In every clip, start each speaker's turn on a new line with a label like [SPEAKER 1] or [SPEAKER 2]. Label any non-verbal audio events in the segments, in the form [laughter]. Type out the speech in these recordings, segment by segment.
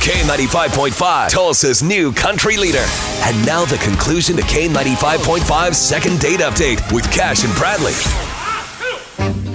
[SPEAKER 1] K95.5, Tulsa's new country leader. And now the conclusion to K95.5's second date update with Cash and Bradley.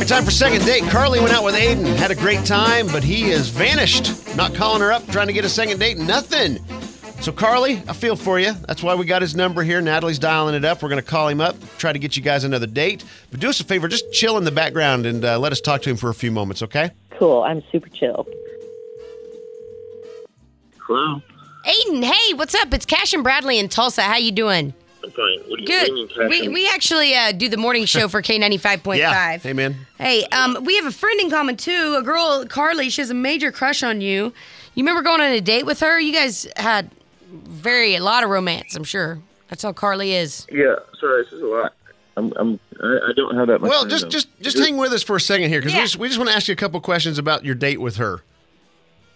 [SPEAKER 2] It's time for second date. Carly went out with Aiden, had a great time, but he is vanished. Not calling her up, trying to get a second date, nothing. So, Carly, I feel for you. That's why we got his number here. Natalie's dialing it up. We're going to call him up, try to get you guys another date. But do us a favor, just chill in the background and uh, let us talk to him for a few moments, okay?
[SPEAKER 3] Cool. I'm super chill.
[SPEAKER 4] Hello.
[SPEAKER 5] Aiden, hey, what's up? It's Cash and Bradley in Tulsa. How you doing?
[SPEAKER 4] I'm fine. What do you
[SPEAKER 5] Good.
[SPEAKER 4] what do you mean, Catherine?
[SPEAKER 5] We, we actually uh, do the morning show
[SPEAKER 2] [laughs]
[SPEAKER 5] for K95.5.
[SPEAKER 2] Yeah. Hey, man.
[SPEAKER 5] Hey, um, we have a friend in common too, a girl, Carly. She has a major crush on you. You remember going on a date with her? You guys had very a lot of romance, I'm sure. That's how Carly is.
[SPEAKER 4] yeah. Sorry, this is a lot. I'm. I'm. I, I don't have that much.
[SPEAKER 2] Well,
[SPEAKER 4] time,
[SPEAKER 2] just
[SPEAKER 4] though.
[SPEAKER 2] just just hang with us for a second here because we
[SPEAKER 5] Yeah.
[SPEAKER 2] just, we just want to ask you a couple questions about your date with her.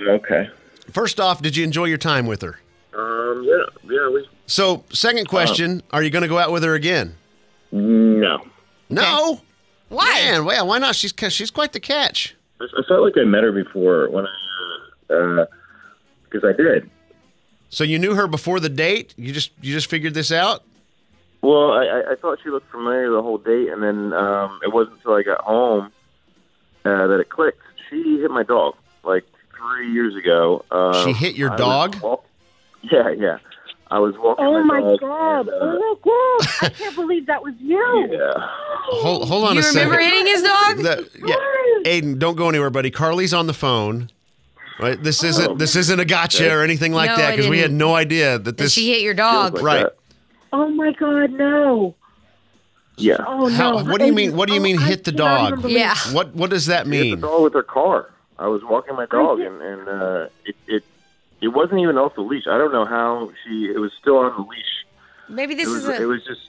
[SPEAKER 4] Okay.
[SPEAKER 2] First off, did you enjoy your time with her?
[SPEAKER 4] Um. Yeah. Yeah. We.
[SPEAKER 2] So, second question, are you going to go out with her again?
[SPEAKER 4] No.
[SPEAKER 2] No.
[SPEAKER 5] Why?
[SPEAKER 2] Man, well, why not? She's she's quite the catch.
[SPEAKER 4] I, I felt like I met her before when I. Because I did.
[SPEAKER 2] So you knew her before the date. You just you just figured this out.
[SPEAKER 4] Well, I, I, I thought she looked familiar the whole date, and then um, it wasn't until I got home uh, that it clicked. She hit my dog like three years ago. Uh,
[SPEAKER 2] She hit your
[SPEAKER 4] I was
[SPEAKER 2] dog?
[SPEAKER 4] walk- yeah, yeah. I was walking
[SPEAKER 3] Oh my
[SPEAKER 4] my dog.
[SPEAKER 3] god!
[SPEAKER 4] and, uh,
[SPEAKER 3] Oh my
[SPEAKER 2] [laughs]
[SPEAKER 3] god! I can't believe that was you.
[SPEAKER 4] Yeah.
[SPEAKER 2] Hold hold on
[SPEAKER 5] you
[SPEAKER 2] a
[SPEAKER 5] remember
[SPEAKER 2] second.
[SPEAKER 5] hitting his dog?
[SPEAKER 2] The- yeah, Aiden, don't go anywhere, buddy. Carly's on the phone. Right, this isn't this isn't a gotcha or anything like
[SPEAKER 5] No,
[SPEAKER 2] that
[SPEAKER 5] I
[SPEAKER 2] because we had
[SPEAKER 5] didn't.
[SPEAKER 2] no idea that
[SPEAKER 5] Did
[SPEAKER 2] this.
[SPEAKER 5] she hit your dog?
[SPEAKER 4] Feels
[SPEAKER 2] right.
[SPEAKER 4] like that.
[SPEAKER 3] Oh my god! No.
[SPEAKER 4] Yeah.
[SPEAKER 3] Oh no.
[SPEAKER 2] How- what do you mean- what do you
[SPEAKER 3] Oh,
[SPEAKER 2] mean
[SPEAKER 3] I
[SPEAKER 2] hit the
[SPEAKER 3] cannot
[SPEAKER 2] dog?
[SPEAKER 3] even believe-
[SPEAKER 5] Yeah.
[SPEAKER 2] What what does that
[SPEAKER 4] She hit
[SPEAKER 2] mean?
[SPEAKER 4] the dog with her car. I was walking my dog, and, and uh, it, it it wasn't even off the leash. I don't know how she. It was still on the leash.
[SPEAKER 5] Maybe this
[SPEAKER 4] it was.
[SPEAKER 5] is a.
[SPEAKER 4] It was just.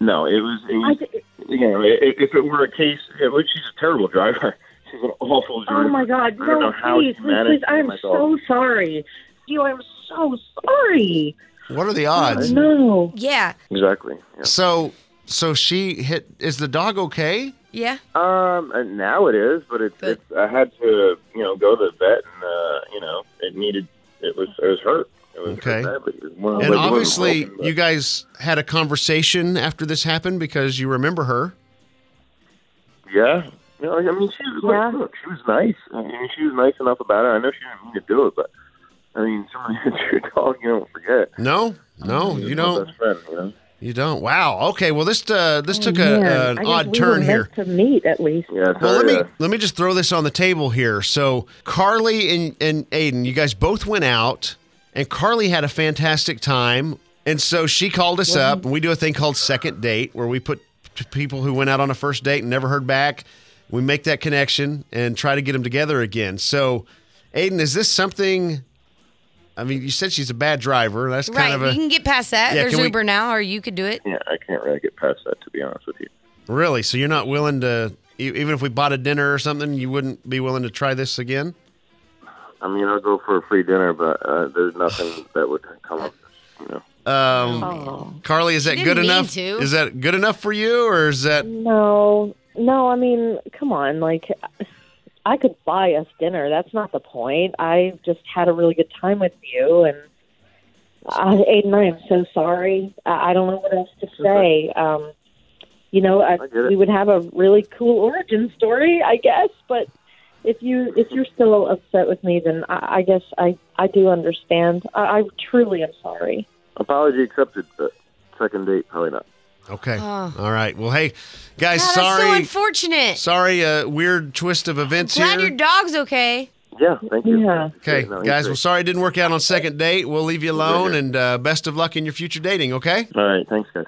[SPEAKER 4] No, it was. It
[SPEAKER 3] I
[SPEAKER 4] was
[SPEAKER 3] d-
[SPEAKER 4] you know, i- i- if it were a case, it was, she's a terrible driver. [laughs] She's an awful driver.
[SPEAKER 3] oh my god!
[SPEAKER 4] I don't
[SPEAKER 3] No,
[SPEAKER 4] know how she
[SPEAKER 3] please, please,
[SPEAKER 4] managed
[SPEAKER 3] please,
[SPEAKER 4] to
[SPEAKER 3] I
[SPEAKER 4] hit
[SPEAKER 3] am
[SPEAKER 4] my dog.
[SPEAKER 3] so sorry. You, I'm so sorry.
[SPEAKER 2] What are the odds?
[SPEAKER 3] No.
[SPEAKER 5] Yeah.
[SPEAKER 4] Exactly. Yeah.
[SPEAKER 2] So so she hit. Is the dog okay?
[SPEAKER 5] Yeah.
[SPEAKER 4] Um, and now it is, but it's,
[SPEAKER 5] But-
[SPEAKER 4] it's. I had to, you know, go to the vet, and uh, you know, it needed. It was. It was hurt. It was
[SPEAKER 2] Okay.
[SPEAKER 4] hurt badly. It was one of
[SPEAKER 2] And
[SPEAKER 4] those-
[SPEAKER 2] obviously,
[SPEAKER 4] but-
[SPEAKER 2] you guys had a conversation after this happened because you remember her.
[SPEAKER 4] Yeah. You know, I mean, she was
[SPEAKER 3] Yeah.
[SPEAKER 4] like, look, she was nice. I mean, she was nice enough about it. I know she didn't mean to do it, but I mean, someone [laughs] hits your dog, you don't forget.
[SPEAKER 2] No, no,
[SPEAKER 4] It's
[SPEAKER 2] you
[SPEAKER 4] my
[SPEAKER 2] don't.
[SPEAKER 4] Best friend, you know?
[SPEAKER 2] You don't. Wow. Okay. Well, this uh, this took a,
[SPEAKER 3] Oh, Man, I
[SPEAKER 2] an
[SPEAKER 3] guess
[SPEAKER 2] odd
[SPEAKER 3] we were
[SPEAKER 2] turn
[SPEAKER 3] meant
[SPEAKER 2] here.
[SPEAKER 3] To meet at least.
[SPEAKER 4] Yeah.
[SPEAKER 2] Well, let
[SPEAKER 4] sorry,
[SPEAKER 2] me
[SPEAKER 4] uh,
[SPEAKER 2] let me just throw this on the table here. So Carly and and Aiden, you guys both went out, and Carly had a fantastic time, and so she called us up, and we do a thing called second date, where we put t- people who went out on a first date and never heard back. We make that connection and try to get them together again. So, Aiden, is this something? I mean, you said she's a bad driver. That's kind
[SPEAKER 5] Right.
[SPEAKER 2] of a
[SPEAKER 5] you can get past that.
[SPEAKER 2] Yeah,
[SPEAKER 5] There's
[SPEAKER 2] can we-
[SPEAKER 5] Uber now, or you could do it.
[SPEAKER 4] yeah, I can't really get past that, to be honest with you.
[SPEAKER 2] Really? So you're not willing to, e- even if we bought a dinner or something, you wouldn't be willing to try this again?
[SPEAKER 4] I mean, I'll go for a free dinner, but uh, there's nothing
[SPEAKER 2] [sighs]
[SPEAKER 4] that would come up. You know,
[SPEAKER 2] Um,
[SPEAKER 3] Oh.
[SPEAKER 2] Carly, is that
[SPEAKER 5] She
[SPEAKER 2] good
[SPEAKER 5] didn't mean
[SPEAKER 2] enough?
[SPEAKER 5] to.
[SPEAKER 2] Is that good enough for you, or is that?
[SPEAKER 3] No, no. I mean, come on. Like, I could buy us dinner. That's not the point. I just had a really good time with you, and uh, Aiden, I am so sorry. I, I don't know what else to say. Um, you know, I,
[SPEAKER 4] I get it.
[SPEAKER 3] we would have a really cool origin story, I guess. But if you if you're still upset with me, then I, I guess I I do understand. I, I truly am sorry.
[SPEAKER 4] apology accepted, but second date probably not.
[SPEAKER 2] Okay.
[SPEAKER 5] Oh.
[SPEAKER 2] All right. Well, hey, guys,
[SPEAKER 5] God, That's so
[SPEAKER 2] sorry,
[SPEAKER 5] unfortunate.
[SPEAKER 2] sorry, uh, weird twist of events
[SPEAKER 5] Glad
[SPEAKER 2] here.
[SPEAKER 5] your dog's okay.
[SPEAKER 4] Yeah, thank you.
[SPEAKER 3] Yeah.
[SPEAKER 2] okay,
[SPEAKER 4] Yeah, no, he's
[SPEAKER 2] guys. Well,
[SPEAKER 4] great.
[SPEAKER 2] sorry it didn't work out on second date. We'll leave you alone,
[SPEAKER 4] Yeah.
[SPEAKER 2] and uh, best of luck in your future dating. Okay.
[SPEAKER 4] All right, thanks, guys.